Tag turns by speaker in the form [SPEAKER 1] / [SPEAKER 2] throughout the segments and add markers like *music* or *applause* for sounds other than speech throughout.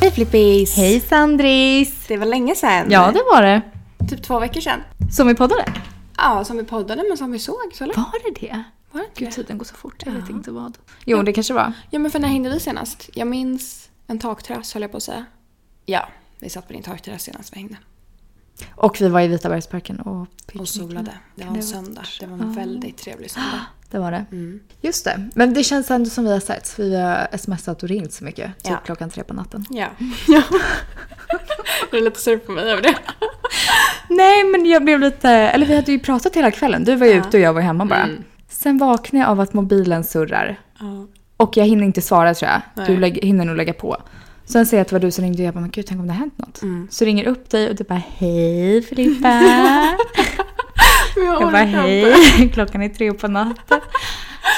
[SPEAKER 1] Hej Flippis!
[SPEAKER 2] Hej Sandris!
[SPEAKER 1] Det var länge sedan.
[SPEAKER 2] Ja, det var det.
[SPEAKER 1] Typ två veckor sedan.
[SPEAKER 2] Som vi poddade.
[SPEAKER 1] Ja, som vi poddade men som vi såg. Så eller?
[SPEAKER 2] Var det det?
[SPEAKER 1] Var det inte
[SPEAKER 2] Gud,
[SPEAKER 1] det?
[SPEAKER 2] tiden går så fort. Jag vet inte vad. Jo, det kanske var.
[SPEAKER 1] Ja, men för när hängde vi senast? Jag minns en takterrass höll jag på att säga. Ja, vi satt på din takterrass senast vi hängde.
[SPEAKER 2] Och vi var i Vitabergsparken och
[SPEAKER 1] Och solade. Det var
[SPEAKER 2] Det
[SPEAKER 1] en
[SPEAKER 2] var
[SPEAKER 1] söndag.
[SPEAKER 2] vackert.
[SPEAKER 1] Det var en
[SPEAKER 2] Ja.
[SPEAKER 1] väldigt trevlig
[SPEAKER 2] *gasps*
[SPEAKER 1] söndag.
[SPEAKER 2] Det var det.
[SPEAKER 1] Mm.
[SPEAKER 2] Just det. Men det känns ändå som vi har sett. Vi har smsat och ringt så mycket. Typ
[SPEAKER 1] Ja.
[SPEAKER 2] klockan tre på natten.
[SPEAKER 1] Ja. ja. *laughs* du är lite sur på mig över det.
[SPEAKER 2] Nej, men jag blev lite... Eller vi hade ju pratat hela kvällen. Du var ju
[SPEAKER 1] Ja.
[SPEAKER 2] ute och jag var hemma bara.
[SPEAKER 1] Mm.
[SPEAKER 2] Sen vaknade jag av att mobilen surrar.
[SPEAKER 1] Ja.
[SPEAKER 2] Och jag hinner inte svara tror jag.
[SPEAKER 1] Nej.
[SPEAKER 2] Du lägg, hinner nog lägga på. Sen ser jag att det var du som ringde och jag bara, men gud tänk om det har hänt något.
[SPEAKER 1] Mm.
[SPEAKER 2] Så ringer upp dig och du bara, hej
[SPEAKER 1] *laughs*
[SPEAKER 2] Filippa.
[SPEAKER 1] Jag
[SPEAKER 2] jag bara, hej. *laughs* Klockan är tre på natten.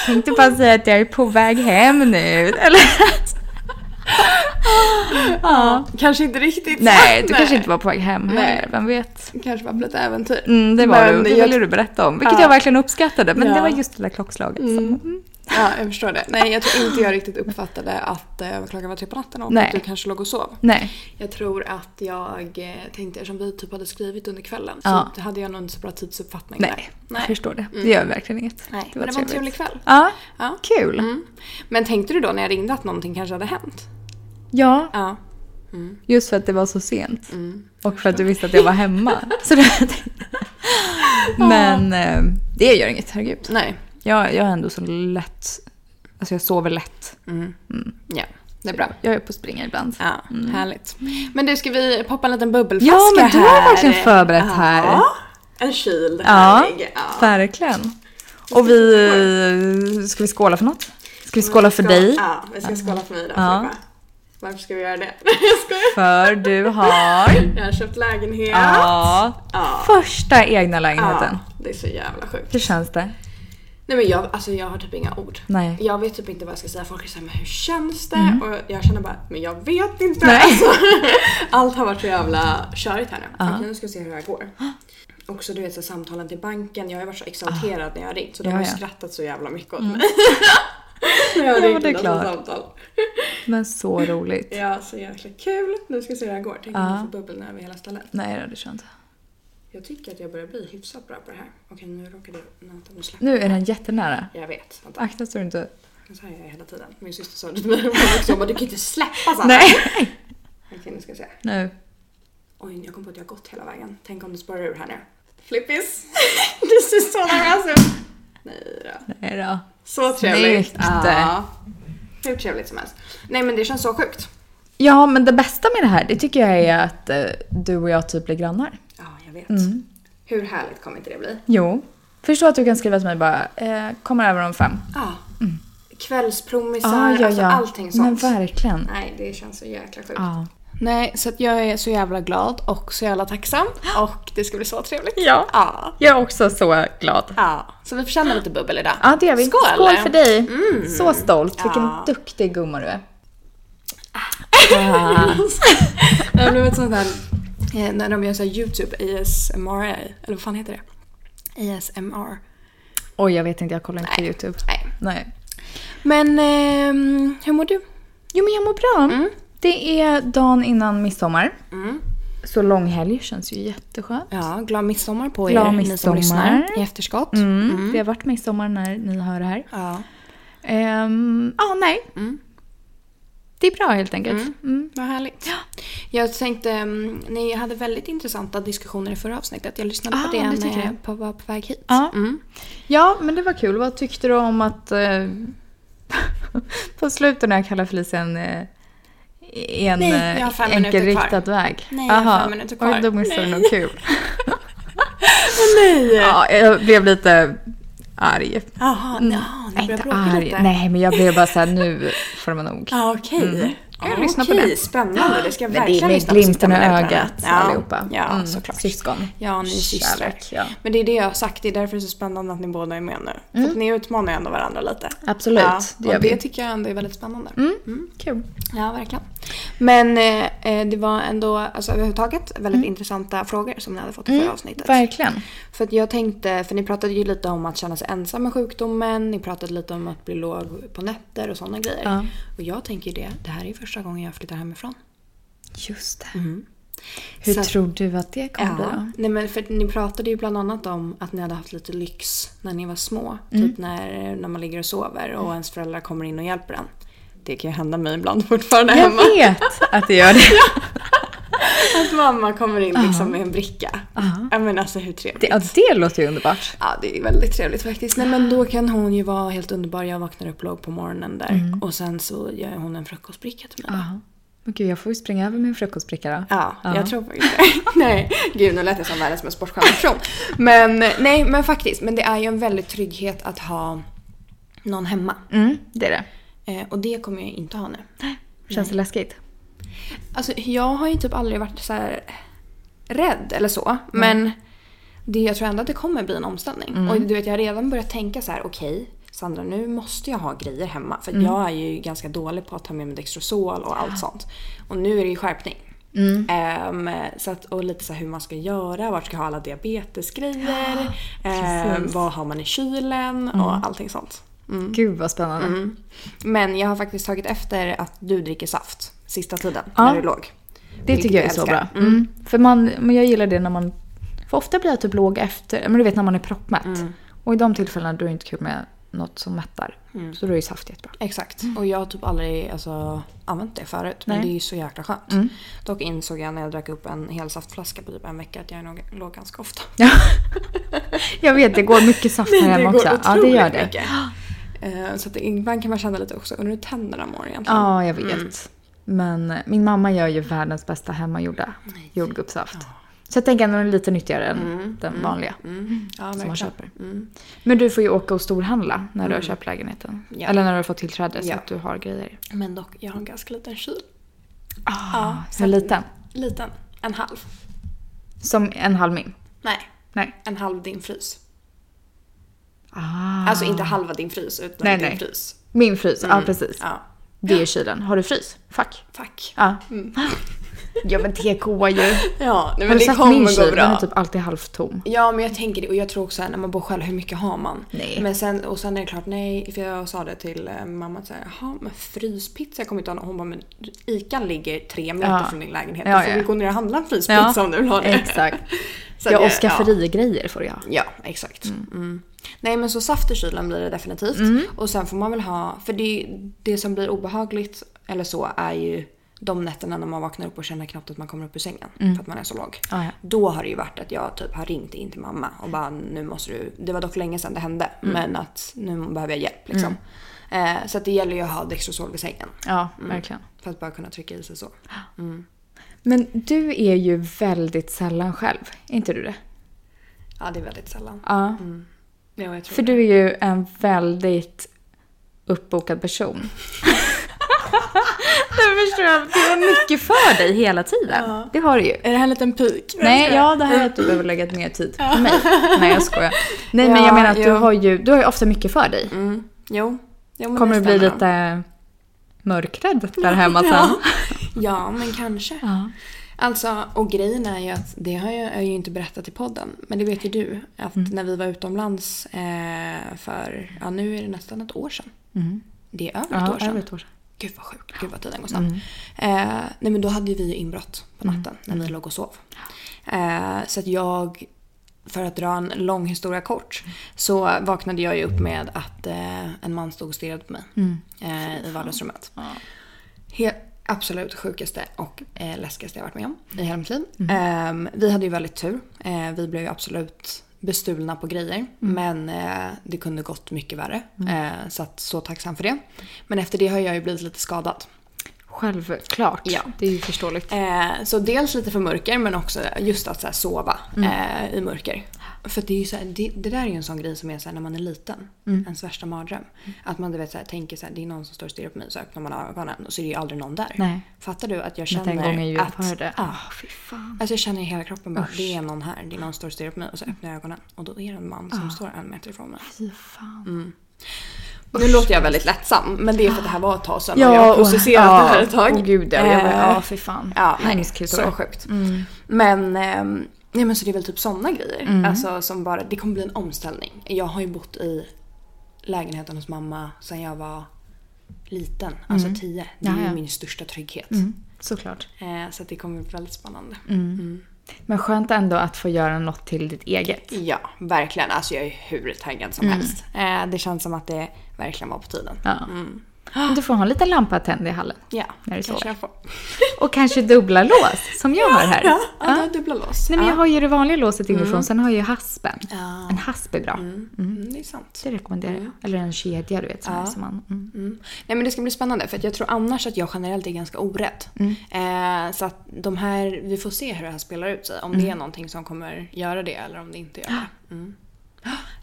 [SPEAKER 2] Tänkte bara säga att jag är på väg hem nu. *laughs* Eller? ja.
[SPEAKER 1] Kanske inte riktigt.
[SPEAKER 2] Nej, du kanske inte var på väg hem
[SPEAKER 1] Nej.
[SPEAKER 2] heller. Vem vet?
[SPEAKER 1] Kanske var på lite äventyr.
[SPEAKER 2] Mm, det var
[SPEAKER 1] Men
[SPEAKER 2] du. Det
[SPEAKER 1] jag-
[SPEAKER 2] ville du berätta om. Vilket
[SPEAKER 1] Ja.
[SPEAKER 2] jag verkligen uppskattade. Men det
[SPEAKER 1] Ja.
[SPEAKER 2] var just det där klockslaget. Som, mm.
[SPEAKER 1] Ja, jag förstår det. Nej, jag tror inte jag riktigt uppfattade att eh, klockan var tre på natten och
[SPEAKER 2] Nej.
[SPEAKER 1] att du kanske låg och sov.
[SPEAKER 2] Nej.
[SPEAKER 1] Jag tror att jag eh, tänkte, eftersom vi typ hade skrivit under kvällen
[SPEAKER 2] Ja.
[SPEAKER 1] så hade jag nog inte så bra tidsuppfattning där.
[SPEAKER 2] Nej. jag
[SPEAKER 1] Nej.
[SPEAKER 2] förstår det.
[SPEAKER 1] Mm.
[SPEAKER 2] Det gör verkligen inget.
[SPEAKER 1] Nej, men det var en trevlig kväll.
[SPEAKER 2] Ja,
[SPEAKER 1] Ja.
[SPEAKER 2] kul.
[SPEAKER 1] Mm. Men tänkte du då när jag ringde att någonting kanske hade hänt?
[SPEAKER 2] Ja,
[SPEAKER 1] Ja.
[SPEAKER 2] just för att det var så sent.
[SPEAKER 1] Mm.
[SPEAKER 2] Och för att du visste att jag var hemma.
[SPEAKER 1] *laughs*
[SPEAKER 2] Så det... Men eh, det gör inget, herregud.
[SPEAKER 1] Nej.
[SPEAKER 2] Jag, jag är ändå så lätt... Alltså jag sover lätt.
[SPEAKER 1] Mm. Ja, det är bra.
[SPEAKER 2] Jag är på springa ibland.
[SPEAKER 1] Ja, härligt. Men du, ska vi poppa en liten bubbelflaska
[SPEAKER 2] Mm. Ja, men du har
[SPEAKER 1] här?
[SPEAKER 2] verkligen förberett här.
[SPEAKER 1] Ja, en kyld.
[SPEAKER 2] Ja,
[SPEAKER 1] härlig. Ja.
[SPEAKER 2] verkligen. Och vi... Ska vi skåla för något? Ska vi skåla för
[SPEAKER 1] Skål.
[SPEAKER 2] dig?
[SPEAKER 1] Ja, Mm, vi ska skåla för mig då.
[SPEAKER 2] Ja.
[SPEAKER 1] Filippa. Varför ska vi göra det? *laughs* Jag skojar.
[SPEAKER 2] För
[SPEAKER 1] *laughs*
[SPEAKER 2] du har...
[SPEAKER 1] Jag har köpt lägenhet.
[SPEAKER 2] Ja.
[SPEAKER 1] Ja.
[SPEAKER 2] Första egna lägenheten.
[SPEAKER 1] Ja, det är så jävla sjukt.
[SPEAKER 2] Hur känns det?
[SPEAKER 1] Nej men jag, alltså jag har typ inga ord.
[SPEAKER 2] Nej.
[SPEAKER 1] Jag vet typ inte vad jag ska säga. Folk är såhär, men hur känns det? Och jag känner bara, men jag vet inte.
[SPEAKER 2] Mm. Nej.
[SPEAKER 1] Alltså, *laughs* allt har varit så jävla körigt här nu.
[SPEAKER 2] Ja.
[SPEAKER 1] Okej, nu ska vi se hur det här går. Också du vet så här, samtalen till banken. Jag har ju varit så exalterad när jag har ringt så de
[SPEAKER 2] Ja,
[SPEAKER 1] har ju
[SPEAKER 2] ja. Mm.
[SPEAKER 1] skrattat så jävla mycket åt *laughs* mig. När jag har
[SPEAKER 2] Ja,
[SPEAKER 1] ringt
[SPEAKER 2] det är
[SPEAKER 1] alltså
[SPEAKER 2] klart.
[SPEAKER 1] samtal.
[SPEAKER 2] Men så roligt.
[SPEAKER 1] Ja, så jäkla kul. Nu ska vi se hur det här går. Tänk om
[SPEAKER 2] Ja.
[SPEAKER 1] jag får bubbel över hela stället.
[SPEAKER 2] Nej, det hade jag inte.
[SPEAKER 1] Jag tycker att jag börjar bli hyfsat bra på det här. Okej, nu råkade jag... Vänta, nu släpper
[SPEAKER 2] Nu är den jättenära.
[SPEAKER 1] jag. Jag vet. Vänta.
[SPEAKER 2] Akta så du inte...
[SPEAKER 1] Så här gör jag hela tiden. Min syster sa det till mig. Hon också, hon bara, du kan inte släppa Sanna. Okej, nu ska jag se.
[SPEAKER 2] Nu.
[SPEAKER 1] Oj, jag kom på att jag har gått hela vägen. Tänk om du spårar ur här nu. Flippis! *laughs* du ser så nervös ut. Nej då.
[SPEAKER 2] Nej då.
[SPEAKER 1] Så trevligt.
[SPEAKER 2] Snyggt.
[SPEAKER 1] Ja. Hur trevligt som helst. Nej men det känns så sjukt.
[SPEAKER 2] Ja, men det bästa med det här, det tycker jag är att eh, du och jag typ blir grannar.
[SPEAKER 1] Ja, jag vet. Hur härligt kommer inte det bli?
[SPEAKER 2] Jo. Förstå att du kan skriva till mig bara, eh, kommer över om fem.
[SPEAKER 1] Ja. Kvällspromisar,
[SPEAKER 2] Ah,
[SPEAKER 1] alltså allting
[SPEAKER 2] Men
[SPEAKER 1] sånt.
[SPEAKER 2] verkligen.
[SPEAKER 1] Nej, det känns så jäkla sjukt.
[SPEAKER 2] Ja.
[SPEAKER 1] Nej, så att jag är så jävla glad och så jävla tacksam. Och det ska bli så trevligt.
[SPEAKER 2] Ja.
[SPEAKER 1] Ja.
[SPEAKER 2] Jag är också så glad.
[SPEAKER 1] Ja, så vi förtjänar lite bubbel idag.
[SPEAKER 2] Ja, det gör vi.
[SPEAKER 1] Skål!
[SPEAKER 2] Skål för dig.
[SPEAKER 1] *laughs*
[SPEAKER 2] Så stolt. Vilken
[SPEAKER 1] Mm. Ja.
[SPEAKER 2] duktig gumma du är.
[SPEAKER 1] *laughs* Jag blev ett sånt där, eh, när de gör så här YouTube, ASMR, eller vad fan heter det? ASMR.
[SPEAKER 2] Oj, jag vet inte. Jag kollar inte på
[SPEAKER 1] Nej.
[SPEAKER 2] YouTube.
[SPEAKER 1] Nej.
[SPEAKER 2] Nej.
[SPEAKER 1] Men ehm, hur mår du?
[SPEAKER 2] Jo, men jag mår bra.
[SPEAKER 1] Mm.
[SPEAKER 2] Det är dagen innan midsommar. Så långhelg känns ju jätteskönt.
[SPEAKER 1] Ja, glad midsommar på
[SPEAKER 2] Glad
[SPEAKER 1] er ni som
[SPEAKER 2] midsommar.
[SPEAKER 1] lyssnar i efterskott.
[SPEAKER 2] Mm. Det har varit midsommar när ni hör det här.
[SPEAKER 1] Ja,
[SPEAKER 2] Ehm, Ja, nej.
[SPEAKER 1] Mm.
[SPEAKER 2] Det är bra helt enkelt. Mm.
[SPEAKER 1] vad härligt. Jag tänkte, ehm, ni hade väldigt intressanta diskussioner i förra avsnittet. Jag lyssnade
[SPEAKER 2] Ah,
[SPEAKER 1] på det
[SPEAKER 2] det
[SPEAKER 1] när
[SPEAKER 2] tycker
[SPEAKER 1] jag
[SPEAKER 2] jag.
[SPEAKER 1] på, var på väg hit.
[SPEAKER 2] Ja.
[SPEAKER 1] Mm.
[SPEAKER 2] ja, men det var kul. Vad tyckte du om att eh, *laughs* på slutet när jag kallar Felicia en, eh, en
[SPEAKER 1] Nej, jag har fem
[SPEAKER 2] eh,
[SPEAKER 1] minuter
[SPEAKER 2] enkelriktad
[SPEAKER 1] kvar.
[SPEAKER 2] väg?
[SPEAKER 1] Nej, jag har
[SPEAKER 2] Aha.
[SPEAKER 1] fem minuter kvar.
[SPEAKER 2] Oj, då missade du
[SPEAKER 1] Nej. *laughs*
[SPEAKER 2] något kul.
[SPEAKER 1] Nej!
[SPEAKER 2] Ja, jag blev lite arg.
[SPEAKER 1] Jaha, mm. ni började
[SPEAKER 2] inte
[SPEAKER 1] bråka
[SPEAKER 2] arg.
[SPEAKER 1] lite.
[SPEAKER 2] Nej, men jag blev bara såhär, nu får man nog.
[SPEAKER 1] Ja, okej.
[SPEAKER 2] kan du lyssna på
[SPEAKER 1] Okej,
[SPEAKER 2] den.
[SPEAKER 1] spännande. Det ska jag
[SPEAKER 2] Men det är
[SPEAKER 1] verkligen
[SPEAKER 2] med
[SPEAKER 1] lyssna på.
[SPEAKER 2] glimten i
[SPEAKER 1] Sitta med den
[SPEAKER 2] ögat
[SPEAKER 1] planen.
[SPEAKER 2] allihopa.
[SPEAKER 1] Ja, ja
[SPEAKER 2] Mm,
[SPEAKER 1] såklart.
[SPEAKER 2] Syskon.
[SPEAKER 1] Ja, ni är systrar.
[SPEAKER 2] Kärlek, ja.
[SPEAKER 1] Men det är det jag har sagt, det är därför det är så spännande att ni båda är med nu. För att ni utmanar ändå varandra lite.
[SPEAKER 2] Mm. Absolut, det
[SPEAKER 1] och
[SPEAKER 2] gör vi.
[SPEAKER 1] det
[SPEAKER 2] Mm.
[SPEAKER 1] tycker jag ändå är väldigt spännande.
[SPEAKER 2] Kul.
[SPEAKER 1] Ja, verkligen. Men eh, eh, det var ändå alltså, överhuvudtaget väldigt intressanta frågor som ni hade fått i förra avsnittet.
[SPEAKER 2] Mm. Verkligen.
[SPEAKER 1] För att jag tänkte, för ni pratade ju lite om att känna sig ensam med sjukdomen, ni pratade lite om att bli låg på nätter och sådana grejer.
[SPEAKER 2] Ja.
[SPEAKER 1] Och jag tänker ju det, det här är ju första gången jag flyttar hemifrån.
[SPEAKER 2] Just det. Hur
[SPEAKER 1] Hur Mm. Så-
[SPEAKER 2] tror du att det kommer bli
[SPEAKER 1] Ja, *laughs*
[SPEAKER 2] då?
[SPEAKER 1] nej men för att ni pratade ju bland annat om att ni hade haft lite lyx när ni var små.
[SPEAKER 2] Mm.
[SPEAKER 1] Typ när, när man ligger och sover och ens föräldrar kommer in och hjälper en. Det kan ju hända mig ibland fortfarande
[SPEAKER 2] Jag
[SPEAKER 1] hemma.
[SPEAKER 2] vet att det
[SPEAKER 1] *laughs*
[SPEAKER 2] gör det.
[SPEAKER 1] Att mamma kommer in liksom med en bricka.
[SPEAKER 2] Ja.
[SPEAKER 1] Ja men alltså hur trevligt.
[SPEAKER 2] det. Ja, det låter ju underbart.
[SPEAKER 1] Ja, det är väldigt trevligt faktiskt. Nej, men då kan hon ju vara helt underbar. Jag vaknar upp låg på morgonen där
[SPEAKER 2] Mm.
[SPEAKER 1] och sen så gör hon en frukostbricka till mig.
[SPEAKER 2] Ja. Men gud, jag får ju springa över min frukostbricka då.
[SPEAKER 1] Ja,
[SPEAKER 2] Ja.
[SPEAKER 1] jag tror faktiskt det. *laughs* nej, gud nu lät jag som världens mest bortskämda person. Men nej, men faktiskt. Men det är ju en väldigt trygghet att ha någon hemma.
[SPEAKER 2] Mm, det är det.
[SPEAKER 1] Eh, och det kommer jag inte ha nu.
[SPEAKER 2] Känns det läskigt?
[SPEAKER 1] Alltså jag har ju typ aldrig varit så här rädd eller så. Men det, jag tror ändå att det kommer bli en omställning.
[SPEAKER 2] Mm.
[SPEAKER 1] Och du vet jag har redan börjat tänka så här: okej Sandra nu måste jag ha grejer hemma.
[SPEAKER 2] Mm.
[SPEAKER 1] För jag är ju ganska dålig på att ta med mig Dextrosol och
[SPEAKER 2] Ah.
[SPEAKER 1] allt sånt. Och nu är det ju skärpning.
[SPEAKER 2] Mm.
[SPEAKER 1] Ehm, så att, och lite så här hur man ska göra, vart ska jag ha alla diabetesgrejer? ehm,
[SPEAKER 2] precis. Mm.
[SPEAKER 1] vad har man i kylen och allting sånt.
[SPEAKER 2] Gud vad spännande.
[SPEAKER 1] Mm. Men jag har faktiskt tagit efter att du dricker saft sista tiden
[SPEAKER 2] Ja.
[SPEAKER 1] när du låg.
[SPEAKER 2] Det
[SPEAKER 1] Vilket
[SPEAKER 2] tycker jag är så bra.
[SPEAKER 1] älskar.
[SPEAKER 2] Mm. För man, men jag gillar det när man... För ofta blir jag typ låg efter, men du vet när man är proppmätt.
[SPEAKER 1] Mm.
[SPEAKER 2] Och i de tillfällena då är det inte kul med något som mättar.
[SPEAKER 1] Mm.
[SPEAKER 2] Så då är ju saft jättebra.
[SPEAKER 1] Exakt. Och jag har typ aldrig alltså, använt det förut. Men
[SPEAKER 2] Mm. Nej. Mm.
[SPEAKER 1] det är ju så jäkla skönt. Dock insåg jag när jag drack upp en hel saftflaska på typ en vecka att jag nog låg ganska ofta.
[SPEAKER 2] Jag vet, det går
[SPEAKER 1] *laughs*
[SPEAKER 2] mycket saft när jag är borta. Ja, det gör det.
[SPEAKER 1] mycket. Eh, Så att det, ibland kan man känna lite också, undrar hur tänderna mår egentligen?
[SPEAKER 2] Ja, jag
[SPEAKER 1] Mm.
[SPEAKER 2] vet. Men min mamma gör ju världens bästa hemmagjorda jordgubbssaft. Så jag tänker att den är lite nyttigare än den vanliga
[SPEAKER 1] Mm. Ja,
[SPEAKER 2] som man
[SPEAKER 1] verkligen.
[SPEAKER 2] köper.
[SPEAKER 1] Mm.
[SPEAKER 2] Men du får ju åka och storhandla när du har köpt lägenheten.
[SPEAKER 1] Ja.
[SPEAKER 2] Eller när du har fått tillträde så
[SPEAKER 1] Ja.
[SPEAKER 2] att du har grejer.
[SPEAKER 1] Men dock, jag har en ganska liten kyl.
[SPEAKER 2] Ah,
[SPEAKER 1] så
[SPEAKER 2] Hur
[SPEAKER 1] att-
[SPEAKER 2] liten?
[SPEAKER 1] Liten. En halv.
[SPEAKER 2] Som en halv min?
[SPEAKER 1] Nej,
[SPEAKER 2] Nej.
[SPEAKER 1] en halv din frys.
[SPEAKER 2] Ah.
[SPEAKER 1] Alltså inte halva din frys, utan
[SPEAKER 2] Nej,
[SPEAKER 1] din
[SPEAKER 2] nej.
[SPEAKER 1] frys.
[SPEAKER 2] Min frys,
[SPEAKER 1] Mm.
[SPEAKER 2] ja precis.
[SPEAKER 1] Ja,
[SPEAKER 2] Det är kylen. Har du frys? Fuck.
[SPEAKER 1] fuck.
[SPEAKER 2] Ja. *laughs* ja men det går ju.
[SPEAKER 1] Ja, nej, Mm. *laughs* men
[SPEAKER 2] Har du
[SPEAKER 1] det
[SPEAKER 2] sett min
[SPEAKER 1] kommer gå
[SPEAKER 2] kyl? Den
[SPEAKER 1] bra.
[SPEAKER 2] är typ alltid halvtom.
[SPEAKER 1] Ja men jag tänker det och jag tror också här, när man bor själv, hur mycket har man?
[SPEAKER 2] Nej.
[SPEAKER 1] Men sen, och sen är det klart nej, för jag sa det till eh, mamma att säga, jaha men fryspizza kommer inte ha någon." Hon bara men ICA ligger tre meter
[SPEAKER 2] Ja.
[SPEAKER 1] från din lägenhet.
[SPEAKER 2] Ja,
[SPEAKER 1] du får
[SPEAKER 2] ja.
[SPEAKER 1] väl gå ner och handla en fryspizza om du vill
[SPEAKER 2] *laughs*
[SPEAKER 1] ha det.
[SPEAKER 2] Exakt.
[SPEAKER 1] Så att
[SPEAKER 2] Ja,
[SPEAKER 1] jag-
[SPEAKER 2] och skafferigrejer får jag.
[SPEAKER 1] Ja, exakt. Mm. Nej men så saft i kylen blir det definitivt.
[SPEAKER 2] Mm.
[SPEAKER 1] Och sen får man väl ha, för det, det som blir obehagligt eller så är ju de nätterna när man vaknar upp och känner knappt att man kommer upp ur sängen
[SPEAKER 2] Mm.
[SPEAKER 1] för att man är så låg.
[SPEAKER 2] Ja, ja.
[SPEAKER 1] Då har det ju varit att jag typ har ringt in till mamma och bara nu måste du, det var dock länge sedan det hände, men att nu behöver jag hjälp liksom. Eh, så att det gäller ju att ha Dextrosol vid sängen
[SPEAKER 2] Ja, verkligen.
[SPEAKER 1] för att bara kunna trycka i sig så.
[SPEAKER 2] Men du är ju väldigt sällan själv. Är inte du det?
[SPEAKER 1] Ja det är väldigt sällan.
[SPEAKER 2] Ja.
[SPEAKER 1] Ja, jag tror
[SPEAKER 2] För du är ju en väldigt uppbokad person. jag förstår att *laughs* det var mycket för dig hela tiden. Det har du ju.
[SPEAKER 1] Är det här en liten pik?
[SPEAKER 2] Nej, ja det här är att du behöver lägga mer tid på mig. Nej, jag skojar. Nej, men
[SPEAKER 1] Ja,
[SPEAKER 2] jag menar att du
[SPEAKER 1] jo.
[SPEAKER 2] har, ju, du har ju ofta mycket för dig.
[SPEAKER 1] Mm. Jo. jo men
[SPEAKER 2] Kommer du bli
[SPEAKER 1] stämmer nog.
[SPEAKER 2] lite mörkrädd där hemma sen?
[SPEAKER 1] Ja, men kanske.
[SPEAKER 2] Ja.
[SPEAKER 1] Alltså, och grejen är ju att det har jag, jag ju inte berättat i podden. Men det vet ju du. Att
[SPEAKER 2] Mm.
[SPEAKER 1] när vi var utomlands eh, för, ja nu är det nästan ett år sedan.
[SPEAKER 2] Mm.
[SPEAKER 1] Det är över ett
[SPEAKER 2] Ja,
[SPEAKER 1] år sedan.
[SPEAKER 2] över ett år sedan. Mm.
[SPEAKER 1] Gud vad sjukt, gud vad tiden går snabbt. Eh, nej men då hade ju vi inbrott på natten när vi låg och sov. Eh, så att jag, för att dra en lång historia kort, så vaknade jag ju upp med att eh, en man stod och stirrade på mig
[SPEAKER 2] Mm.
[SPEAKER 1] eh, i vardagsrummet.
[SPEAKER 2] Ja.
[SPEAKER 1] He- absolut sjukaste och eh, läskigaste jag varit med om i hela mitt liv. Eh, vi hade ju väldigt tur. Eh, vi blev ju absolut bestulna på grejer. Men eh, det kunde gått mycket värre. Eh, så att, så tacksam för det. Men efter det har jag ju blivit lite skadad.
[SPEAKER 2] Självklart.
[SPEAKER 1] Ja.
[SPEAKER 2] Det är ju förståeligt. Mm.
[SPEAKER 1] Eh, så dels lite för mörker men också just att så här, sova eh, i mörker. För att det, är ju så här, det, det där är ju en sån grej som är så här, när man är liten.
[SPEAKER 2] Mm.
[SPEAKER 1] Ens värsta mardröm. Att man du vet, så här, tänker så här, det är någon som står och stirrar på mig så öppnar man ögonen och så är det ju aldrig någon där.
[SPEAKER 2] Nej.
[SPEAKER 1] Fattar du att jag
[SPEAKER 2] Men den gången
[SPEAKER 1] känner
[SPEAKER 2] jag
[SPEAKER 1] att...
[SPEAKER 2] hörde.
[SPEAKER 1] Ah,
[SPEAKER 2] fy fan.
[SPEAKER 1] alltså jag känner i hela kroppen bara, det är någon här. Det är någon som står och stirrar på mig och
[SPEAKER 2] Mm.
[SPEAKER 1] så öppnar jag ögonen och då är det en man
[SPEAKER 2] Ah.
[SPEAKER 1] som står en meter ifrån mig.
[SPEAKER 2] Fy fan.
[SPEAKER 1] Mm. Nu låter jag väldigt lättsam men det är för att det här var ett tag sedan och jag
[SPEAKER 2] Ja,
[SPEAKER 1] har processerat
[SPEAKER 2] ja,
[SPEAKER 1] det här ett tag.
[SPEAKER 2] åh gud, ja, jag bara,
[SPEAKER 1] Eh,
[SPEAKER 2] ja, fy fan.
[SPEAKER 1] Ja,
[SPEAKER 2] Nej, det är
[SPEAKER 1] så,
[SPEAKER 2] kul
[SPEAKER 1] så
[SPEAKER 2] då.
[SPEAKER 1] sjukt.
[SPEAKER 2] Mm.
[SPEAKER 1] Men, ehm, nej, men så det är väl typ sådana grejer.
[SPEAKER 2] Mm.
[SPEAKER 1] Alltså som bara, det kommer bli en omställning. Jag har ju bott i lägenheten hos mamma sedan jag var liten, alltså
[SPEAKER 2] Mm.
[SPEAKER 1] tio. Det är ju
[SPEAKER 2] Jaja.
[SPEAKER 1] min största trygghet.
[SPEAKER 2] Mm. Såklart.
[SPEAKER 1] Eh, så att det kommer bli väldigt spännande.
[SPEAKER 2] Mm. Men skönt ändå att få göra något till ditt eget.
[SPEAKER 1] Ja, verkligen. Alltså jag är hur taggad som helst. Eh, det känns som att det verkligen var på tiden.
[SPEAKER 2] Mm. Ja.
[SPEAKER 1] Mm.
[SPEAKER 2] Men Du får ha en liten lampa tänd i hallen.
[SPEAKER 1] Ja,
[SPEAKER 2] När du
[SPEAKER 1] kanske
[SPEAKER 2] sover.
[SPEAKER 1] jag får. *laughs*
[SPEAKER 2] Och kanske dubbla lås, som jag har här.
[SPEAKER 1] Ja, ja. du har dubbla lås.
[SPEAKER 2] Nej, men jag
[SPEAKER 1] ja. Mm.
[SPEAKER 2] har ju det vanliga låset inifrån, sen har jag ju haspen.
[SPEAKER 1] Ja.
[SPEAKER 2] En hasp är bra.
[SPEAKER 1] mm, det är sant.
[SPEAKER 2] Det rekommenderar jag. Eller en kedja, du vet. Sån här som man, mm.
[SPEAKER 1] Nej men det ska bli spännande för att jag tror annars att jag generellt är ganska orädd.
[SPEAKER 2] Mm.
[SPEAKER 1] Eh, så att de här, vi får se hur det här spelar ut sig. Om
[SPEAKER 2] Mm.
[SPEAKER 1] det är någonting som kommer göra det eller om det inte gör det. Mm.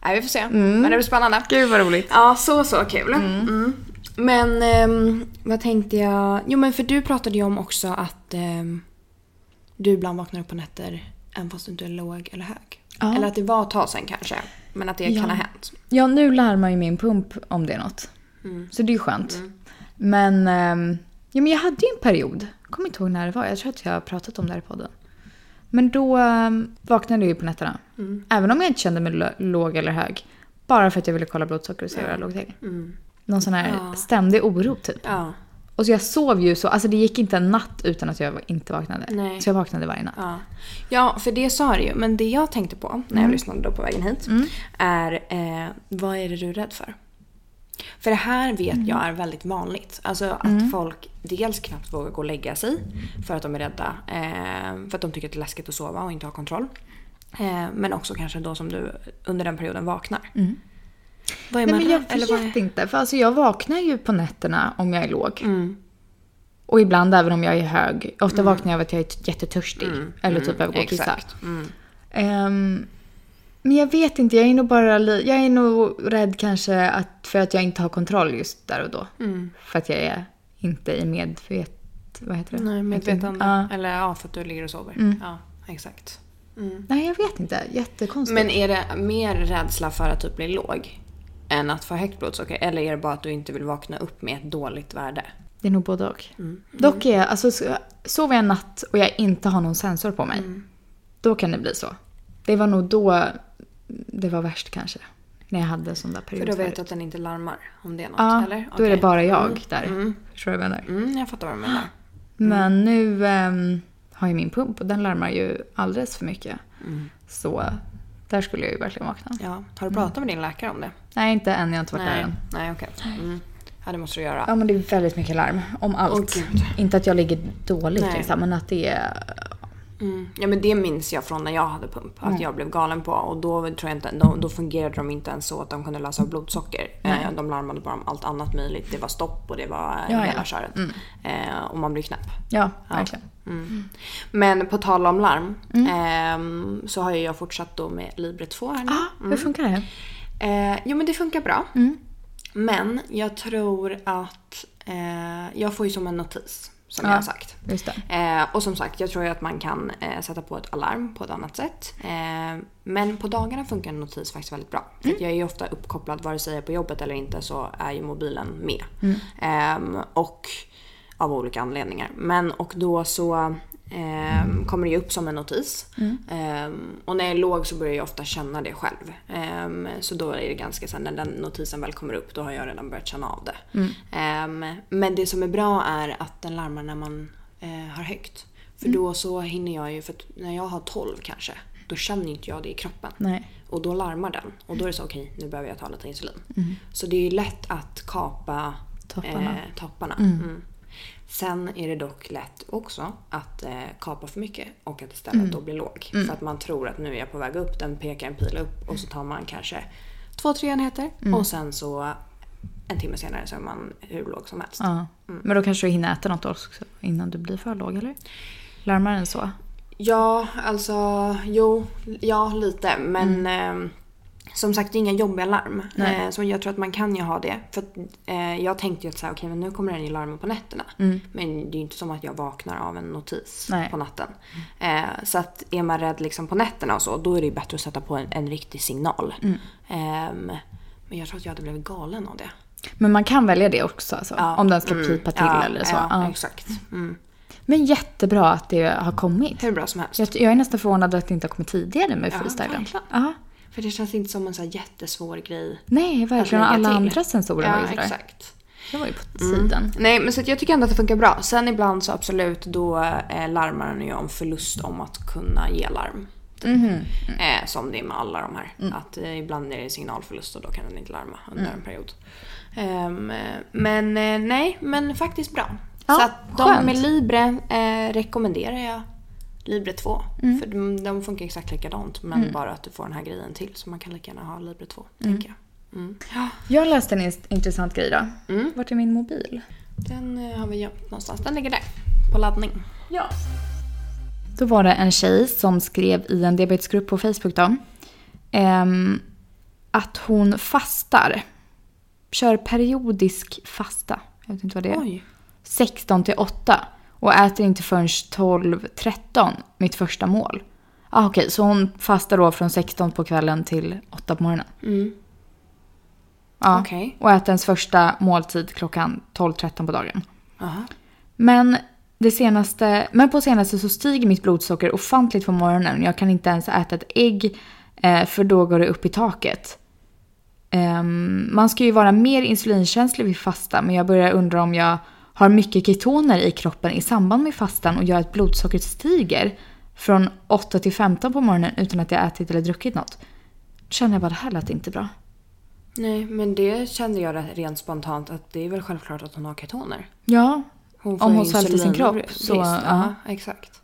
[SPEAKER 1] Nej vi får se. Men det blir spännande.
[SPEAKER 2] Ah. Mm. Gud vad roligt.
[SPEAKER 1] Ja så så kul. Mm. Men ehm, vad tänkte jag? Jo men för du pratade ju om också att ehm, du ibland vaknar upp på nätter även fast du inte är låg eller hög.
[SPEAKER 2] Ja.
[SPEAKER 1] Eller att det var ett tag sedan kanske. Men att det
[SPEAKER 2] Ja.
[SPEAKER 1] kan ha hänt.
[SPEAKER 2] Ja, nu larmar ju min pump om det är något.
[SPEAKER 1] Mm.
[SPEAKER 2] Så det är ju skönt. Men, ehm, ja, men jag hade ju en period, jag kommer inte ihåg när det var, jag tror att jag har pratat om det här i podden. Men då ehm, vaknade jag ju på nätterna.
[SPEAKER 1] Mm.
[SPEAKER 2] Även om jag inte kände mig lo- låg eller hög. Bara för att jag ville kolla blodsocker och se hur jag låg till. Någon sån här
[SPEAKER 1] Mm. Ja.
[SPEAKER 2] ständig oro typ.
[SPEAKER 1] Ja.
[SPEAKER 2] Och så jag sov ju så, alltså det gick inte en natt utan att jag inte vaknade.
[SPEAKER 1] Nej.
[SPEAKER 2] Så jag vaknade varje natt.
[SPEAKER 1] Ja. ja, för det sa du ju. Men det jag tänkte på när jag
[SPEAKER 2] Mm.
[SPEAKER 1] lyssnade då på vägen hit är eh, vad är det du är rädd för? För det här vet
[SPEAKER 2] Mm.
[SPEAKER 1] jag är väldigt vanligt. Alltså att folk dels knappt vågar gå och lägga sig för att de är rädda. Eh, för att de tycker att det är läskigt att sova och inte ha kontroll. Eh, men också kanske då som du under den perioden vaknar. Vad är
[SPEAKER 2] Mm. Nej
[SPEAKER 1] man
[SPEAKER 2] men
[SPEAKER 1] rädd
[SPEAKER 2] jag
[SPEAKER 1] eller vad
[SPEAKER 2] vet
[SPEAKER 1] är...
[SPEAKER 2] inte. För alltså jag vaknar ju på nätterna om jag är låg.
[SPEAKER 1] Mm.
[SPEAKER 2] Och ibland även om jag är hög. Ofta vaknar jag av att jag är t- jättetörstig. Eller typ behöver gå och kissa.
[SPEAKER 1] Mm. Exakt. Mm.
[SPEAKER 2] Ehm, men jag vet inte, jag är nog bara li- jag är nog rädd kanske att, för att jag inte har kontroll just där och då.
[SPEAKER 1] Mm.
[SPEAKER 2] För att jag är inte i medvet... Vad heter det?
[SPEAKER 1] Nej, medvetande.
[SPEAKER 2] Ja.
[SPEAKER 1] Eller ja, för att du ligger och sover.
[SPEAKER 2] Mm.
[SPEAKER 1] Ja, exakt.
[SPEAKER 2] Nej, jag vet inte. Jättekonstigt.
[SPEAKER 1] Men är det mer rädsla för att typ bli låg än att få högt blodsocker? Eller är det bara att du inte vill vakna upp med ett dåligt värde?
[SPEAKER 2] Det är nog både och.
[SPEAKER 1] Mm.
[SPEAKER 2] Dock är jag, alltså så- sover jag en natt och jag inte har någon sensor på mig.
[SPEAKER 1] Mm.
[SPEAKER 2] Då kan det bli så. Det var nog då det var värst kanske. När jag hade en sån där
[SPEAKER 1] För
[SPEAKER 2] period.
[SPEAKER 1] då vet
[SPEAKER 2] förut.
[SPEAKER 1] du att den inte larmar om det är något,
[SPEAKER 2] ja,
[SPEAKER 1] eller?
[SPEAKER 2] då är det
[SPEAKER 1] Okej.
[SPEAKER 2] bara jag där. Mm. Förstår du vad jag menar?
[SPEAKER 1] Mm, jag fattar vad du menar.
[SPEAKER 2] Ah. Men nu ehm, har jag min pump och den larmar ju alldeles för mycket. Så där skulle jag ju verkligen vakna.
[SPEAKER 1] Ja. Har du pratat
[SPEAKER 2] Mm.
[SPEAKER 1] med din läkare om det?
[SPEAKER 2] Nej, inte än. Jag har inte varit där än.
[SPEAKER 1] Nej, okej. Mm. Ja, det måste du göra.
[SPEAKER 2] Ja, men det är väldigt mycket larm om allt.
[SPEAKER 1] Åh, gud.
[SPEAKER 2] inte att jag ligger dåligt
[SPEAKER 1] Nej.
[SPEAKER 2] liksom, men att det är...
[SPEAKER 1] Mm. Ja men det minns jag från när jag hade pump. Att
[SPEAKER 2] Mm.
[SPEAKER 1] jag blev galen på. Och då, tror jag inte, då, då fungerade de inte ens så att de kunde lösa blodsocker. Eh, de larmade bara om allt annat möjligt. Det var stopp och det var
[SPEAKER 2] Ja,
[SPEAKER 1] hela
[SPEAKER 2] ja. Mm.
[SPEAKER 1] köret. Eh, och man blir knäpp.
[SPEAKER 2] Ja, verkligen. Mm.
[SPEAKER 1] Mm. Men på tal om larm ehm, så har ju jag fortsatt då med Libre 2 här nu.
[SPEAKER 2] Ah, Mm. Hur funkar det?
[SPEAKER 1] Eh, jo men det funkar bra. Men jag tror att eh, jag får ju som en notis som jag har sagt.
[SPEAKER 2] Just det.
[SPEAKER 1] Eh, och som sagt, jag tror ju att man kan eh, sätta på ett alarm på ett annat sätt. Eh, men på dagarna funkar en notis faktiskt väldigt bra. För
[SPEAKER 2] Mm.
[SPEAKER 1] att jag är ju ofta uppkopplad, vare sig jag är på jobbet eller inte så är ju mobilen med.
[SPEAKER 2] Mm.
[SPEAKER 1] Ehm, och av olika anledningar. Men och då så ehm, kommer det ju upp som en notis.
[SPEAKER 2] Mm.
[SPEAKER 1] Ehm, och när jag är låg så börjar jag ofta känna det själv. Ehm, så då är det ganska sen när den notisen väl kommer upp då har jag redan börjat känna av det.
[SPEAKER 2] Mm.
[SPEAKER 1] Ehm, men det som är bra är att den larmar när man eh, har högt. För
[SPEAKER 2] Mm.
[SPEAKER 1] då så hinner jag ju, för att när jag har 12 kanske, då känner inte jag det i kroppen.
[SPEAKER 2] Nej.
[SPEAKER 1] Och då larmar den. Och då är det så, okej nu behöver jag ta lite insulin. Så det är ju lätt att kapa
[SPEAKER 2] Mm. Topparna.
[SPEAKER 1] Eh, topparna. Mm. Sen är det dock lätt också att eh, kapa för mycket och att istället
[SPEAKER 2] Mm.
[SPEAKER 1] då bli låg. För att man tror att nu är jag på väg upp, den pekar en pil upp och så tar man kanske två, tre enheter.
[SPEAKER 2] Mm.
[SPEAKER 1] Och sen så en timme senare så är man hur låg som helst.
[SPEAKER 2] Mm. Ja. Men då kanske du hinner äta något också innan du blir för låg, eller? Larmar den så?
[SPEAKER 1] Ja, alltså jo, ja lite men ehm, som sagt det är inga jobbiga larm.
[SPEAKER 2] Mm. Nej.
[SPEAKER 1] Eh, så jag tror att man kan ju ha det. För att, eh, jag tänkte ju att så här, okej men nu kommer den ju larma på nätterna. Men det är ju inte som att jag vaknar av en notis
[SPEAKER 2] Mm. Nej. Mm.
[SPEAKER 1] på natten. Eh, så att är man rädd liksom på nätterna och så då är det ju bättre att sätta på en, en riktig signal.
[SPEAKER 2] Mm.
[SPEAKER 1] Ehm, men jag tror att jag hade blivit galen av det.
[SPEAKER 2] Men man kan välja det också alltså,
[SPEAKER 1] Ja.
[SPEAKER 2] om den ska
[SPEAKER 1] Mm.
[SPEAKER 2] pipa till
[SPEAKER 1] ja,
[SPEAKER 2] eller så.
[SPEAKER 1] Ja,
[SPEAKER 2] Ja.
[SPEAKER 1] exakt. Mm.
[SPEAKER 2] Men jättebra att det har kommit.
[SPEAKER 1] Hur bra som helst.
[SPEAKER 2] Jag, jag är nästan förvånad att det inte har kommit tidigare med
[SPEAKER 1] Ja,
[SPEAKER 2] freestylen.
[SPEAKER 1] verkligen.
[SPEAKER 2] Ja.
[SPEAKER 1] För det känns inte som en så här jättesvår grej.
[SPEAKER 2] Nej, verkligen. Och
[SPEAKER 1] Att lägga
[SPEAKER 2] alla
[SPEAKER 1] Alltså, till.
[SPEAKER 2] andra sensorer var ju
[SPEAKER 1] Ja,
[SPEAKER 2] sådär.
[SPEAKER 1] exakt. Mm.
[SPEAKER 2] Det var ju på tiden.
[SPEAKER 1] Nej men så att jag tycker ändå att det funkar bra. Sen ibland så absolut då eh, larmar den ju om förlust om att kunna ge larm. typ.
[SPEAKER 2] Mhm.
[SPEAKER 1] Eh, som det är med alla de här. Att eh, ibland är det signalförlust och då kan den inte larma under en period. Ehm, eh, men eh, nej, men faktiskt bra.
[SPEAKER 2] Ja,
[SPEAKER 1] så att de
[SPEAKER 2] skönt.
[SPEAKER 1] med Libre eh, rekommenderar jag Libre 2. För de, de funkar exakt likadant men bara att du får den här grejen till. Så man kan lika gärna ha Libre 2, tänker jag. Mm. Ja,
[SPEAKER 2] Jag läste en ins- intressant grej då.
[SPEAKER 1] Mm.
[SPEAKER 2] Vart är min mobil?
[SPEAKER 1] den eh, har vi gömt någonstans. Den ligger där. På laddning.
[SPEAKER 2] Ja. Då var det en tjej som skrev i en diabetesgrupp på Facebook då. ehm, att hon fastar. Kör periodisk fasta. Jag vet inte vad det är.
[SPEAKER 1] Oj.
[SPEAKER 2] 16 till 8. Och äter inte förrän 12, 13. Mitt första mål. Ah, Okej, så hon fastar då från 16 på kvällen till 8 på morgonen.
[SPEAKER 1] Mm.
[SPEAKER 2] Ja.
[SPEAKER 1] Okej.
[SPEAKER 2] Och äter ens första måltid klockan 12-13 på dagen.
[SPEAKER 1] Aha.
[SPEAKER 2] Men, det senaste, men på senaste så stiger mitt blodsocker ofantligt på morgonen. Jag kan inte ens äta ett ägg eh, för då går det upp i taket. Ehm, man ska ju vara mer insulinkänslig vid fasta men jag börjar undra om jag har mycket ketoner i kroppen i samband med fastan och gör att blodsockret stiger från 8 till 15 på morgonen utan att jag ätit eller druckit något. Då känner jag bara det här lät inte bra.
[SPEAKER 1] Nej, men det kände jag rätt- rent spontant att det är väl självklart att hon har ketoner.
[SPEAKER 2] Ja,
[SPEAKER 1] Hon
[SPEAKER 2] Om
[SPEAKER 1] ju
[SPEAKER 2] hon svälter sin kropp,
[SPEAKER 1] insulinbrist.
[SPEAKER 2] så,
[SPEAKER 1] ja,
[SPEAKER 2] ja.
[SPEAKER 1] exakt.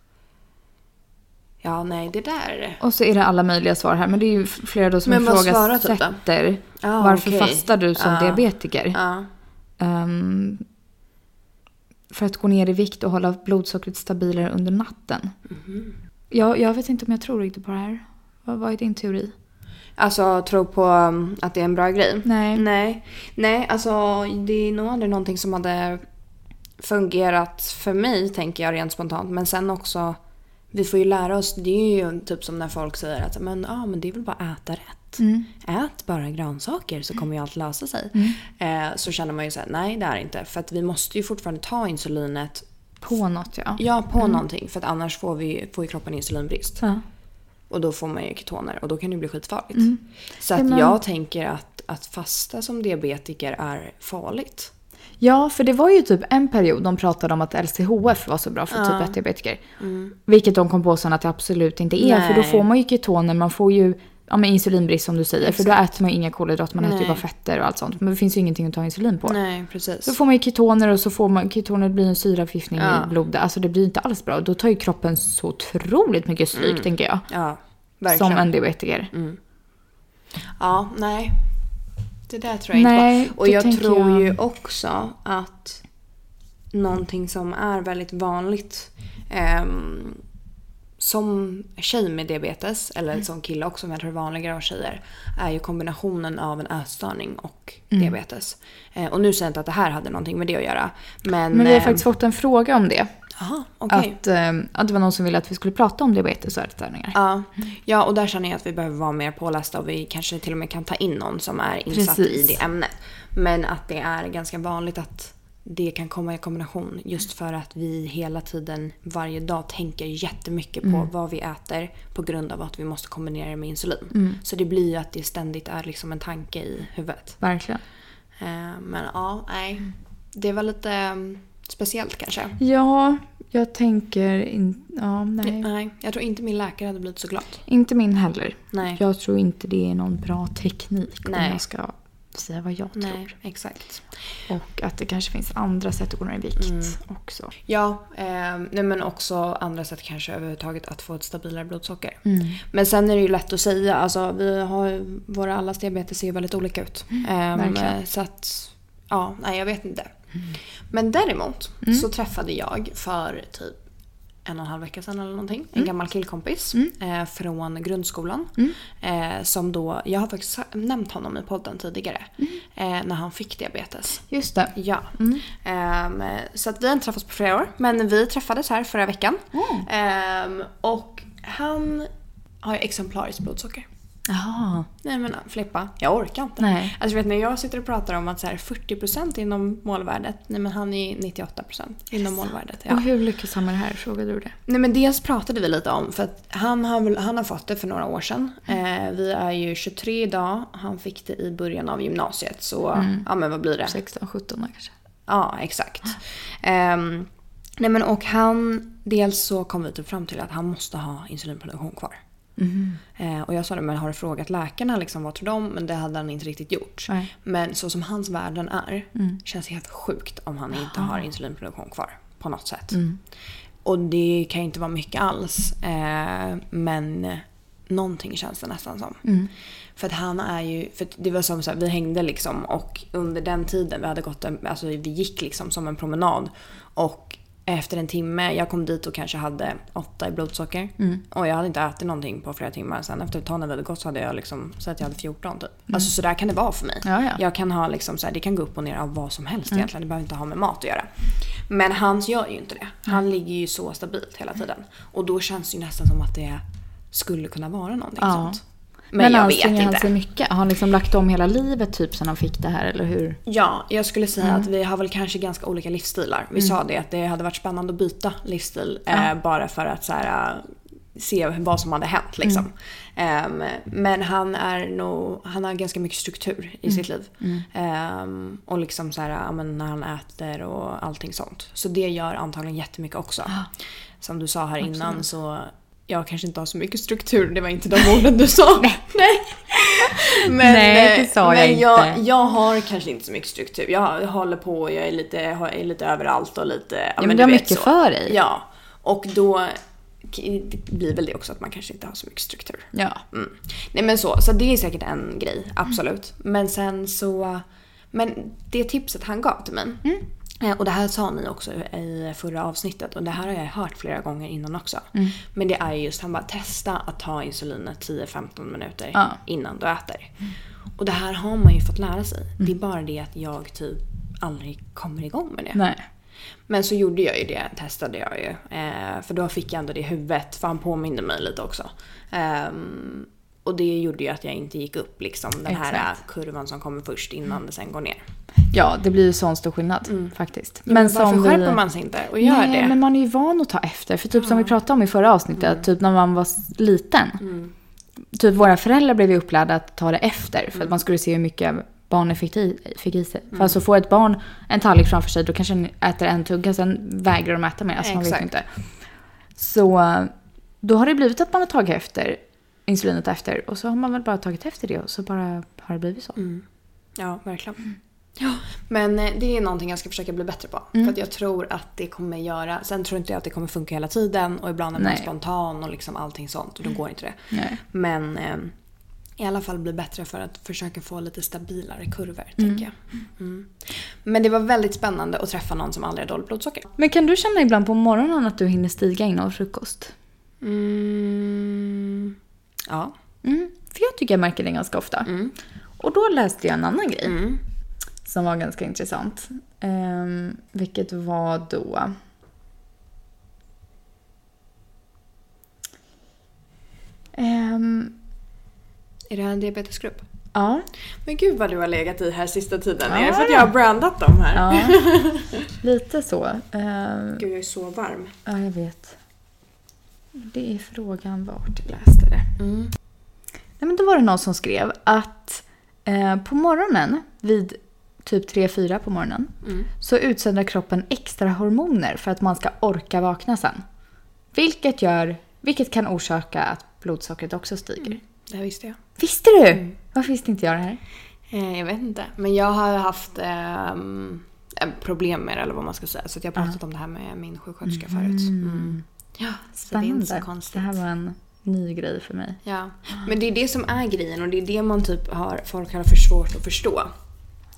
[SPEAKER 1] Ja, nej, det där.
[SPEAKER 2] Och så är det alla möjliga svar här, men det är ju flera då som
[SPEAKER 1] Men vad svarar typ då?
[SPEAKER 2] ifrågasätter
[SPEAKER 1] Ah,
[SPEAKER 2] varför
[SPEAKER 1] okej.
[SPEAKER 2] fastar du som
[SPEAKER 1] Ah.
[SPEAKER 2] diabetiker?
[SPEAKER 1] Ja.
[SPEAKER 2] Ehm, för att gå ner i vikt och hålla blodsockret stabilare under natten.
[SPEAKER 1] Mhm.
[SPEAKER 2] Jag, jag vet inte om jag tror riktigt på det här. Vad, vad är din teori?
[SPEAKER 1] Alltså, tro på um, att det är en bra grej.
[SPEAKER 2] Nej.
[SPEAKER 1] Nej, nej alltså det är nog aldrig någonting som hade fungerat för mig tänker jag rent spontant. Men sen också, vi får ju lära oss, det är ju typ som när folk säger att men, ah, men det är väl bara att äta rätt.
[SPEAKER 2] Mm.
[SPEAKER 1] Ät bara grönsaker så kommer ju allt lösa sig.
[SPEAKER 2] Mm.
[SPEAKER 1] Eh, så känner man ju såhär, nej det är det inte. För att vi måste ju fortfarande ta insulinet
[SPEAKER 2] På något ja. Mm.
[SPEAKER 1] ja, på någonting. För att annars får, vi, får ju kroppen insulinbrist.
[SPEAKER 2] ja.
[SPEAKER 1] Och då får man ju ketoner och då kan det bli skitfarligt. Så
[SPEAKER 2] Ja,
[SPEAKER 1] att
[SPEAKER 2] men-
[SPEAKER 1] jag tänker att, att fasta som diabetiker är farligt.
[SPEAKER 2] Ja, för det var ju typ en period de pratade om att LCHF var så bra för
[SPEAKER 1] Ah.
[SPEAKER 2] typ 1-diabetiker. Vilket de kom på sen att det absolut inte är. För då
[SPEAKER 1] Mm. Nej.
[SPEAKER 2] får man ju ketoner, man får ju ja, men insulinbrist som du säger. För då äter man ju inga kolhydrater, man äter ju
[SPEAKER 1] Nej.
[SPEAKER 2] bara fetter och allt sånt. Men det finns ju ingenting att ta insulin på.
[SPEAKER 1] Nej, precis.
[SPEAKER 2] Då får man ju ketoner och så får man, ketoner blir en syraförgiftning
[SPEAKER 1] Ja.
[SPEAKER 2] i blodet. Alltså det blir ju inte alls bra. Då tar ju kroppen så otroligt mycket stryk tänker jag.
[SPEAKER 1] Ja, Mm. verkligen. Mm.
[SPEAKER 2] Som en diabetiker.
[SPEAKER 1] Ja, nej. Det där tror jag
[SPEAKER 2] Nej,
[SPEAKER 1] inte på. Och
[SPEAKER 2] det
[SPEAKER 1] jag
[SPEAKER 2] tänker
[SPEAKER 1] tror
[SPEAKER 2] jag-
[SPEAKER 1] ju också att någonting som är väldigt vanligt ehm, som tjej med diabetes, eller
[SPEAKER 2] Mm.
[SPEAKER 1] som kille också men jag tror det är vanligare av tjejer, är ju kombinationen av en ätstörning och
[SPEAKER 2] Mm.
[SPEAKER 1] diabetes. Eh, och nu säger jag inte att det här hade någonting med det att göra. Men,
[SPEAKER 2] Men vi har
[SPEAKER 1] eh,
[SPEAKER 2] faktiskt fått en fråga om det.
[SPEAKER 1] Aha, okej.
[SPEAKER 2] Att, eh, att det var någon som ville att vi skulle prata om diabetes och ätstörningar.
[SPEAKER 1] Ja. ja, och där känner jag att vi behöver vara mer pålästa och vi kanske till och med kan ta in någon som är insatt
[SPEAKER 2] Precis.
[SPEAKER 1] i det ämnet. Men att det är ganska vanligt att det kan komma i kombination just för att vi hela tiden varje dag tänker jättemycket på
[SPEAKER 2] Mm.
[SPEAKER 1] vad vi äter på grund av att vi måste kombinera det med insulin.
[SPEAKER 2] Mm.
[SPEAKER 1] Så det blir ju att det ständigt är liksom en tanke i huvudet.
[SPEAKER 2] Verkligen.
[SPEAKER 1] Eh, Men ja, nej.
[SPEAKER 2] Mm.
[SPEAKER 1] Det var lite eh, speciellt kanske.
[SPEAKER 2] Ja, jag tänker in, ja, nej.
[SPEAKER 1] Nej, jag tror inte min läkare hade blivit så glad.
[SPEAKER 2] inte min heller.
[SPEAKER 1] Nej.
[SPEAKER 2] Jag tror inte det är någon bra teknik om
[SPEAKER 1] Nej.
[SPEAKER 2] jag ska säga vad jag
[SPEAKER 1] Nej, exakt.
[SPEAKER 2] tror. Och att det kanske finns andra sätt att gå ner i vikt
[SPEAKER 1] Mm.
[SPEAKER 2] också.
[SPEAKER 1] Ja, eh, nej men också andra sätt kanske överhuvudtaget att få ett stabilare blodsocker.
[SPEAKER 2] Mm.
[SPEAKER 1] Men sen är det ju lätt att säga, alltså vi har ju- våra allas diabetes ser ju väldigt olika ut. Ehm,
[SPEAKER 2] verkligen.
[SPEAKER 1] så att, ja, nej jag vet inte. Men däremot så träffade jag för typ en och en halv vecka sedan eller någonting. En gammal killkompis eh, från grundskolan. Eh, som då, jag har faktiskt sa- nämnt honom i podden tidigare. Eh, när han fick diabetes.
[SPEAKER 2] Just det.
[SPEAKER 1] Ja. Ehm, så att vi har inte träffats på flera år, men vi träffades här förra veckan. Ehm, och han har ju exemplariskt blodsocker.
[SPEAKER 2] Jaha.
[SPEAKER 1] Nej men Filippa, jag orkar inte.
[SPEAKER 2] Nej.
[SPEAKER 1] Alltså vet ni, jag sitter och pratar om att så här 40% inom målvärdet. Nej men han är 98% inom målvärdet. Ja.
[SPEAKER 2] Och hur lyckas han med det här? Frågade du det?
[SPEAKER 1] Nej men dels pratade vi lite om för att han har, väl- han har fått det för några år sedan. Eh, vi är ju 23 idag, han fick det i början av gymnasiet så ja men vad blir det?
[SPEAKER 2] 16, 17 år kanske.
[SPEAKER 1] Ja, exakt. Ehm, nej men och han, dels så kom vi typ fram till att han måste ha insulinproduktion kvar. Eh, och jag sa det, men har du frågat läkarna liksom, vad tror de? Men det hade han inte riktigt gjort.
[SPEAKER 2] Nej.
[SPEAKER 1] Men så som hans värden är, känns det helt sjukt om han inte har insulinproduktion kvar på något sätt. Och det kan ju inte vara mycket alls. Eh, men någonting känns det nästan som. För att han är ju, för att det var som så här, vi hängde liksom och under den tiden vi hade gått en, alltså vi gick liksom som en promenad. Och efter en timme, jag kom dit och kanske hade åtta i blodsocker. Och jag hade inte ätit någonting på flera timmar. Sen efter ett tag när vi hade gått så hade jag liksom, så att jag hade 14 typ. Alltså så där kan det vara för mig.
[SPEAKER 2] Ja, Mm. ja.
[SPEAKER 1] Jag kan ha liksom så här, det kan gå upp och ner av vad som helst egentligen. Det behöver inte ha med mat att göra. Men hans gör ju inte det. Han ligger ju så stabilt hela tiden. Och då känns det ju nästan som att det skulle kunna vara någonting
[SPEAKER 2] Ja.
[SPEAKER 1] sånt. Men, jag vet
[SPEAKER 2] anstränger
[SPEAKER 1] inte.
[SPEAKER 2] han sig mycket? alltså, Har han liksom lagt om hela livet typ sen han fick det här eller hur?
[SPEAKER 1] Ja, jag skulle säga
[SPEAKER 2] Mm.
[SPEAKER 1] att vi har väl kanske ganska olika livsstilar. Vi sa det att det hade varit spännande att byta livsstil eh, bara för att så här, eh, se vad som hade hänt. Liksom.
[SPEAKER 2] Mm.
[SPEAKER 1] Ehm, men han, är nog, han har ganska mycket struktur
[SPEAKER 2] Mm.
[SPEAKER 1] i sitt liv. Ehm, och liksom så här, ja, men när han äter och allting sånt. Så det gör antagligen jättemycket också. Som du sa här innan så jag kanske inte har så mycket struktur, det var inte de orden du
[SPEAKER 2] *laughs*
[SPEAKER 1] sa. Nej. Men,
[SPEAKER 2] Nej, det sa
[SPEAKER 1] eh,
[SPEAKER 2] jag
[SPEAKER 1] men jag
[SPEAKER 2] inte.
[SPEAKER 1] jag har kanske inte så mycket struktur. Jag håller på, jag är lite, jag är lite överallt och lite... Ja,
[SPEAKER 2] men
[SPEAKER 1] du
[SPEAKER 2] du har
[SPEAKER 1] vet
[SPEAKER 2] mycket för dig.
[SPEAKER 1] Ja. Och då k- det blir väl det också att man kanske inte har så mycket struktur.
[SPEAKER 2] Ja.
[SPEAKER 1] Mm. Nej men så, så det är säkert en grej, absolut. Men sen så... Men det tipset han gav till mig. eh, Och det här sa ni också i förra avsnittet och det här har jag hört flera gånger innan också. Men det är just, han bara testa att ta insulinet 10-15 minuter
[SPEAKER 2] Ja.
[SPEAKER 1] innan du äter. Och det här har man ju fått lära sig. Det är bara det att jag typ aldrig kommer igång med det.
[SPEAKER 2] Nej.
[SPEAKER 1] Men så gjorde jag ju det, testade jag ju. Eh, för då fick jag ändå det i huvudet, för han påminde mig lite också. Ehm, och det gjorde ju att jag inte gick upp liksom den här eh,
[SPEAKER 2] Exakt. Mm.
[SPEAKER 1] kurvan som kommer först innan det sen går ner.
[SPEAKER 2] Ja, det blir ju sån stor skillnad faktiskt. Men
[SPEAKER 1] Mm. Varför
[SPEAKER 2] vi-
[SPEAKER 1] skärper man sig inte och gör
[SPEAKER 2] Nej,
[SPEAKER 1] det? Mm.
[SPEAKER 2] men man är ju van att ta efter. För typ som vi pratade om i förra avsnittet, typ när man var s- liten. Typ våra föräldrar blev ju upplärda att ta det efter. För att man skulle se hur mycket barnen fick, i- fick i sig. För alltså får ett barn en tallrik framför sig, då kanske den äter en tugga, sen vägrar de äta mer. Alltså man vet
[SPEAKER 1] Exakt.
[SPEAKER 2] ju inte. Så då har det blivit att man har tagit efter insulinet efter. Och så har man väl bara tagit efter det och så bara har det blivit så.
[SPEAKER 1] mm. Ja,
[SPEAKER 2] Mm.
[SPEAKER 1] verkligen. Ja, men eh, det är någonting jag ska försöka bli bättre på.
[SPEAKER 2] Mm.
[SPEAKER 1] För att jag tror att det kommer göra... Sen tror inte jag att det kommer funka hela tiden och ibland är man
[SPEAKER 2] Nej. Mm.
[SPEAKER 1] spontan och liksom allting sånt och då går inte det.
[SPEAKER 2] Nej.
[SPEAKER 1] Men eh, i alla fall bli bättre för att försöka få lite stabilare kurvor, tänker jag. Mm. Men det var väldigt spännande att träffa någon som aldrig har dåligt blodsocker.
[SPEAKER 2] Men kan du känna ibland på morgonen att du hinner stiga innan frukost?
[SPEAKER 1] Mm. Ja. Mm.
[SPEAKER 2] Mm, för jag tycker jag märker det ganska ofta. Och då läste jag en annan grej som var ganska intressant. Ehm, vilket var då... Ehm,
[SPEAKER 1] Är det här en diabetesgrupp?
[SPEAKER 2] ja.
[SPEAKER 1] Men gud vad du har legat i här sista tiden.
[SPEAKER 2] Ja,
[SPEAKER 1] är det för att
[SPEAKER 2] det.
[SPEAKER 1] jag har brandat dem här?
[SPEAKER 2] ja. Lite så. Ehm,
[SPEAKER 1] Gud, jag är så varm.
[SPEAKER 2] ja, jag vet. Det är frågan vart jag läste det.
[SPEAKER 1] Mm.
[SPEAKER 2] Nej, men då var det någon som skrev att eh, på morgonen, vid typ 3-4 på morgonen,
[SPEAKER 1] Mm.
[SPEAKER 2] så utsöndrar kroppen extra hormoner för att man ska orka vakna sen. Vilket, gör, vilket kan orsaka att blodsockret också stiger.
[SPEAKER 1] Det här visste jag.
[SPEAKER 2] Visste du?
[SPEAKER 1] Mm.
[SPEAKER 2] Varför visste inte jag det här?
[SPEAKER 1] Eh, Jag vet inte. Men jag har haft ehm, eh, problem med det, eller vad man ska säga. Så att jag har pratat om det här med min sjuksköterska förut. Mm. Ja, så det är inte så konstigt.
[SPEAKER 2] Det här var en ny grej för mig.
[SPEAKER 1] Ja, men det är det som är grejen och det är det man typ har, folk har för svårt att förstå.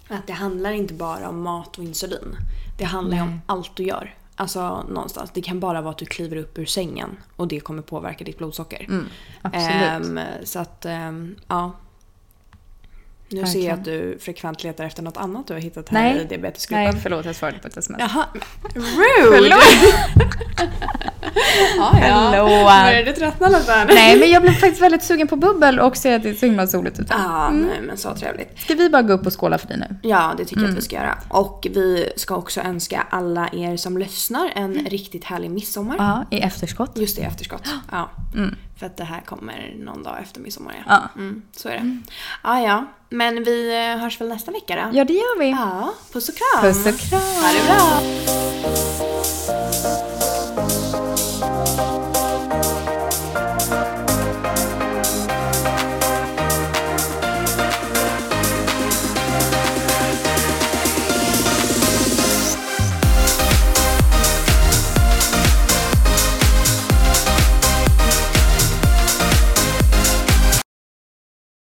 [SPEAKER 1] Att det handlar inte bara om mat och insulin. Det handlar ju om allt du gör. Alltså någonstans. Det kan bara vara att du kliver upp ur sängen och det kommer påverka ditt blodsocker.
[SPEAKER 2] Mm, absolut.
[SPEAKER 1] Ehm, så att, ehm, ja. Nu ser jag
[SPEAKER 2] Verkligen.
[SPEAKER 1] att du frekvent letar efter något annat du har hittat här
[SPEAKER 2] Nej.
[SPEAKER 1] i diabetesgruppen.
[SPEAKER 2] Nej, förlåt jag svarade på ett sms.
[SPEAKER 1] Jaha. Rude! *laughs*
[SPEAKER 2] *laughs*
[SPEAKER 1] Ja, ja.
[SPEAKER 2] Hallå.
[SPEAKER 1] Börjar du tröttna lite här?
[SPEAKER 2] Nej, men jag blev faktiskt väldigt sugen på bubbel och ser att det är så himla soligt ute.
[SPEAKER 1] Ja, nej men så trevligt.
[SPEAKER 2] Ska vi bara gå upp och skåla för dig nu?
[SPEAKER 1] Ja, det tycker jag
[SPEAKER 2] Mm.
[SPEAKER 1] att vi ska göra. Och vi ska också önska alla er som lyssnar en riktigt härlig midsommar.
[SPEAKER 2] Mm. Ja, i efterskott.
[SPEAKER 1] Just det, i efterskott. Ja. För att det här kommer någon dag efter midsommar. Ja.
[SPEAKER 2] Ja.
[SPEAKER 1] Mm, så är det. Ja, ja. Men vi eh, hörs väl nästa vecka då?
[SPEAKER 2] Ja, det gör vi.
[SPEAKER 1] Ja, puss och kram.
[SPEAKER 2] Puss och kram.
[SPEAKER 1] Ha det bra.